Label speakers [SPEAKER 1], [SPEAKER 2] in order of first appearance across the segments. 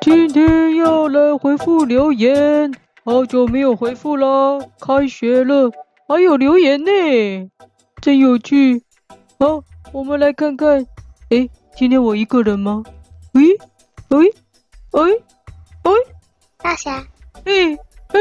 [SPEAKER 1] 今天要来回复留言，好久没有回复啦，开学了还有留言呢，真有趣。好，我们来看看，诶，今天我一个人吗？诶，诶，诶，诶，
[SPEAKER 2] 大侠，
[SPEAKER 1] 诶，诶，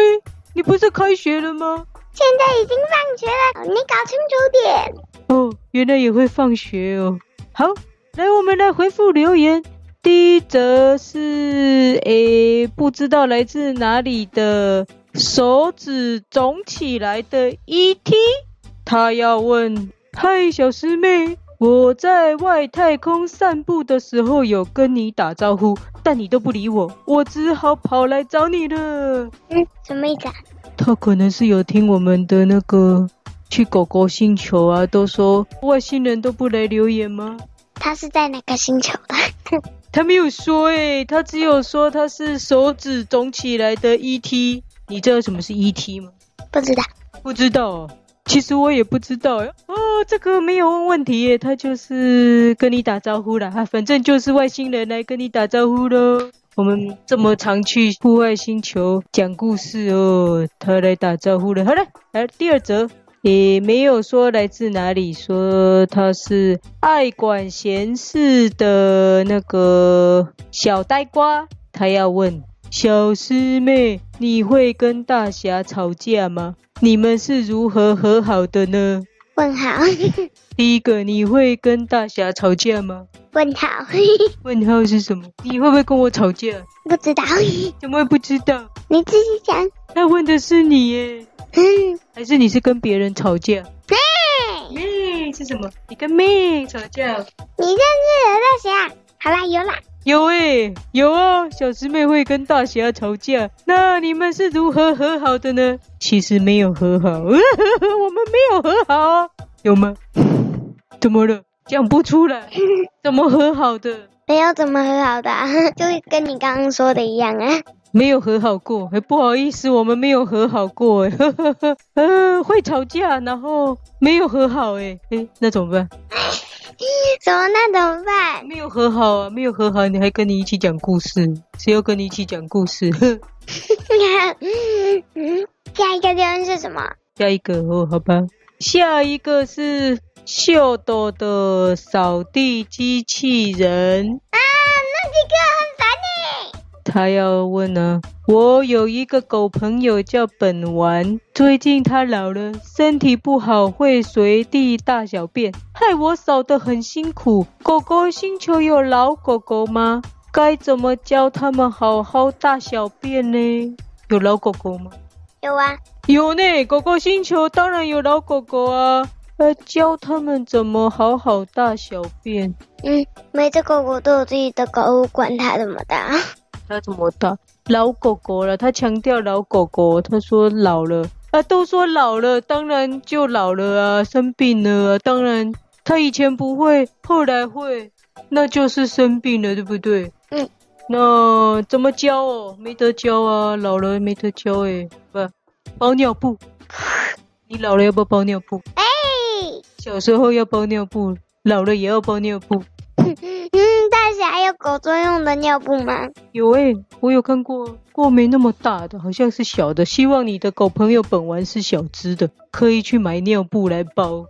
[SPEAKER 1] 你不是开学了吗？
[SPEAKER 2] 现在已经放学了，你搞清楚点。
[SPEAKER 1] 哦，原来也会放学哦。好，来我们来回复留言。第一则是诶，不知道来自哪里的手指肿起来的 ET，他要问：嗨，小师妹，我在外太空散步的时候有跟你打招呼，但你都不理我，我只好跑来找你了。
[SPEAKER 2] 嗯，什么意思啊？
[SPEAKER 1] 他可能是有听我们的那个去狗狗星球啊，都说外星人都不来留言吗？
[SPEAKER 2] 他是在哪个星球的？啊
[SPEAKER 1] 他没有说诶、他只有说他是手指肿起来的 ET。你知道什么是 ET 吗？
[SPEAKER 2] 不知道。
[SPEAKER 1] 不知道、哦，其实我也不知道诶。哦，这个没有问问题耶，他就是跟你打招呼啦，他反正就是外星人来跟你打招呼喽。我们这么常去户外星球讲故事哦，他来打招呼了。好了，来第二则，也没有说来自哪里，说他是爱管闲事的那个小呆瓜，他要问小师妹，你会跟大侠吵架吗？你们是如何和好的呢？
[SPEAKER 2] 问号，
[SPEAKER 1] 第一个，你会跟大侠吵架吗？
[SPEAKER 2] 问号，
[SPEAKER 1] 问号是什么？你会不会跟我吵架？
[SPEAKER 2] 不知道。
[SPEAKER 1] 怎么会不知道？
[SPEAKER 2] 你自己讲。
[SPEAKER 1] 他问的是你耶，
[SPEAKER 2] 嗯，
[SPEAKER 1] 还是你是跟别人吵架？
[SPEAKER 2] 嘿，
[SPEAKER 1] 妹是什么？你跟妹吵架？
[SPEAKER 2] 你认识了大侠？好啦，有啦。
[SPEAKER 1] 有诶、有啊，小师妹会跟大侠吵架。那你们是如何和好的呢？其实没有和好， 我们没有和好啊，有吗？怎么了？讲不出来，怎么和好的？
[SPEAKER 2] 没有怎么和好的、啊， 就是跟你刚刚说的一样 啊。
[SPEAKER 1] 没有和好过，哎，不好意思，我们没有和好过，哎，呵呵呵，呃， 会吵架，然后没有和好，哎，哎，那怎么办？
[SPEAKER 2] 怎么那怎么办？
[SPEAKER 1] 没有和好啊，没有和好，你还跟你一起讲故事，谁要跟你一起讲故事？呵
[SPEAKER 2] 嗯， 下一个留言是什么？
[SPEAKER 1] 下一个哦，好吧，下一个是秀豆的扫地机器人，
[SPEAKER 2] 啊，那几个很烦呢、
[SPEAKER 1] 他要问呢、我有一个狗朋友叫本丸，最近他老了，身体不好，会随地大小便，害我扫得很辛苦。狗狗星球有老狗狗吗？该怎么教他们好好大小便呢？有老狗狗吗？
[SPEAKER 2] 有啊，
[SPEAKER 1] 有呢，狗狗星球当然有老狗狗啊，呃，教他们怎么好好大小便。
[SPEAKER 2] 嗯，每只狗狗都有自己的狗屋，管它怎么大。
[SPEAKER 1] 他怎么大？老狗狗了，他强调老狗狗，他说老了啊，都说老了，当然就老了啊，生病了啊，当然他以前不会，后来会，那就是生病了，对不对？
[SPEAKER 2] 嗯，
[SPEAKER 1] 那怎么教哦？没得教啊，老了没得教哎、不，包尿布， 你老了要不要包尿布？
[SPEAKER 2] 哎、
[SPEAKER 1] 小时候要包尿布，老了也要包尿布。
[SPEAKER 2] 嗯，大侠有狗专用的尿布吗？
[SPEAKER 1] 有诶、我有看过，过没那么大的，好像是小的。希望你的狗朋友本丸是小只的，可以去买尿布来包。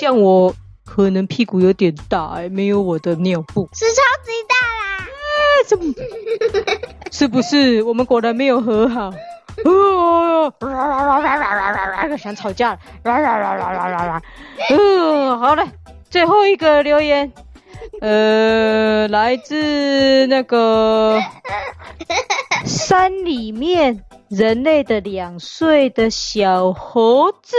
[SPEAKER 1] 像我可能屁股有点大、诶没有我的尿布。
[SPEAKER 2] 是超级大啦！
[SPEAKER 1] 那怎么？是不是我们果然没有和好？哦，想吵架了，啦啦啦啦啦啦啦。嗯，好了，最后一个留言，呃，来自那个山里面人类的两岁的小猴子，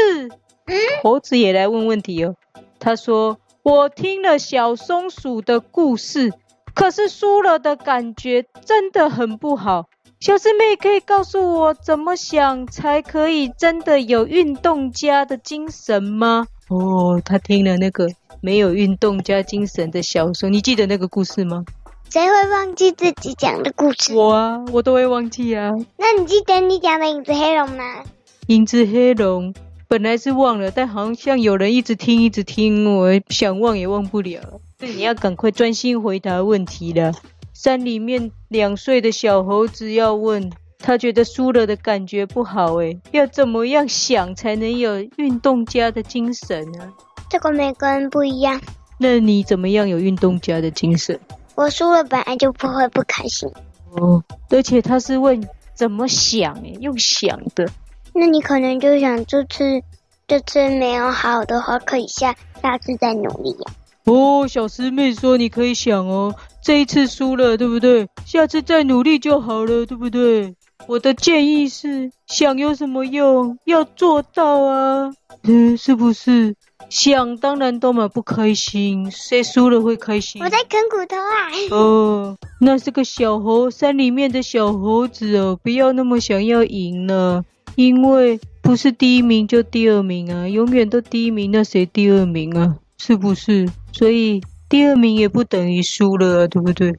[SPEAKER 1] 猴子也来问问题哦。他说：“我听了小松鼠的故事，可是输了的感觉真的很不好。小师妹可以告诉我怎么想才可以真的有运动家的精神吗？”哦，他听了那个没有运动家精神的小松，你记得那个故事吗？
[SPEAKER 2] 谁会忘记自己讲的故事？
[SPEAKER 1] 我啊，我都会忘记啊。
[SPEAKER 2] 那你记得你讲的影子黑龙吗？
[SPEAKER 1] 影子黑龙本来是忘了，但好像有人一直听一直听，我想忘也忘不了。所以你要赶快专心回答问题了。山里面两岁的小猴子要问，他觉得输了的感觉不好诶，要怎么样想才能有运动家的精神呢？
[SPEAKER 2] 这个每个人不一样。
[SPEAKER 1] 那你怎么样有运动家的精神？
[SPEAKER 2] 我输了本来就不会不开心，
[SPEAKER 1] 哦，而且他是问怎么想诶，用想的。
[SPEAKER 2] 那你可能就想这次这次没有好的话，可以下下次再努力呀、
[SPEAKER 1] 哦，小师妹说你可以想哦，这一次输了，对不对？下次再努力就好了，对不对？我的建议是，想有什么用？要做到啊，嗯，是不是？想当然都蛮不开心，谁输了会开心？
[SPEAKER 2] 我在啃骨头啊！
[SPEAKER 1] 哦，那是个小猴，山里面的小猴子哦，不要那么想要赢了，因为不是第一名就第二名啊，永远都第一名，那谁第二名啊？是不是？所以第二名也不等于输了、啊，对不对？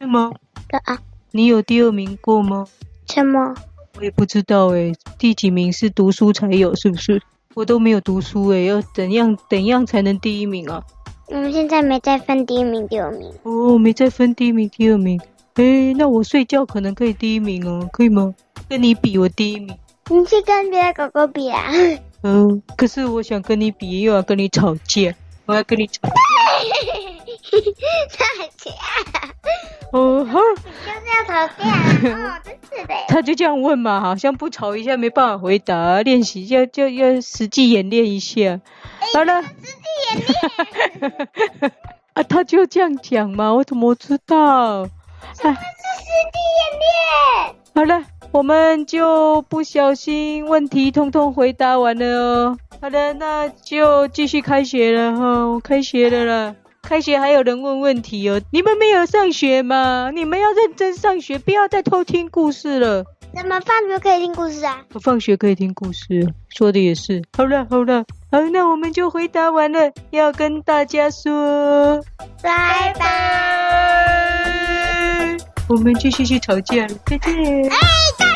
[SPEAKER 1] 是吗？
[SPEAKER 2] 对啊，
[SPEAKER 1] 你有第二名过吗？
[SPEAKER 2] 什么？
[SPEAKER 1] 我也不知道诶、第几名是读书才有，是不是？我都没有读书诶、要怎样怎样才能第一名啊？
[SPEAKER 2] 我们现在没在分第一名、第二名，
[SPEAKER 1] 哦，没再分第一名、第二名。诶，那我睡觉可能可以第一名哦，可以吗？跟你比，我第一名。
[SPEAKER 2] 你去跟别的狗狗比啊！
[SPEAKER 1] 嗯，可是我想跟你比，又要跟你吵架，我要跟你吵。
[SPEAKER 2] 大姐，
[SPEAKER 1] 哦哈，
[SPEAKER 2] 就是要吵架 啊！哦，真是的。
[SPEAKER 1] 他就这样问嘛，好像不吵一下没办法回答，练习要就要实际演练一下。好了，
[SPEAKER 2] 自己哎演练。
[SPEAKER 1] 啊，他就这样讲嘛，我怎么知道？哎。
[SPEAKER 2] 是啊实地演练。
[SPEAKER 1] 好了，我们就不小心问题通通回答完了哦。好的，那就继续开学了哈，我开学了啦。开学还有人问问题哦，你们没有上学吗？你们要认真上学，不要再偷听故事了。
[SPEAKER 2] 怎么放学可以听故事啊？
[SPEAKER 1] 我放学可以听故事，说的也是。好了好了，好，那我们就回答完了，要跟大家说。
[SPEAKER 2] 拜拜。
[SPEAKER 1] 我们继续去吵架了，再见。
[SPEAKER 2] 哎，大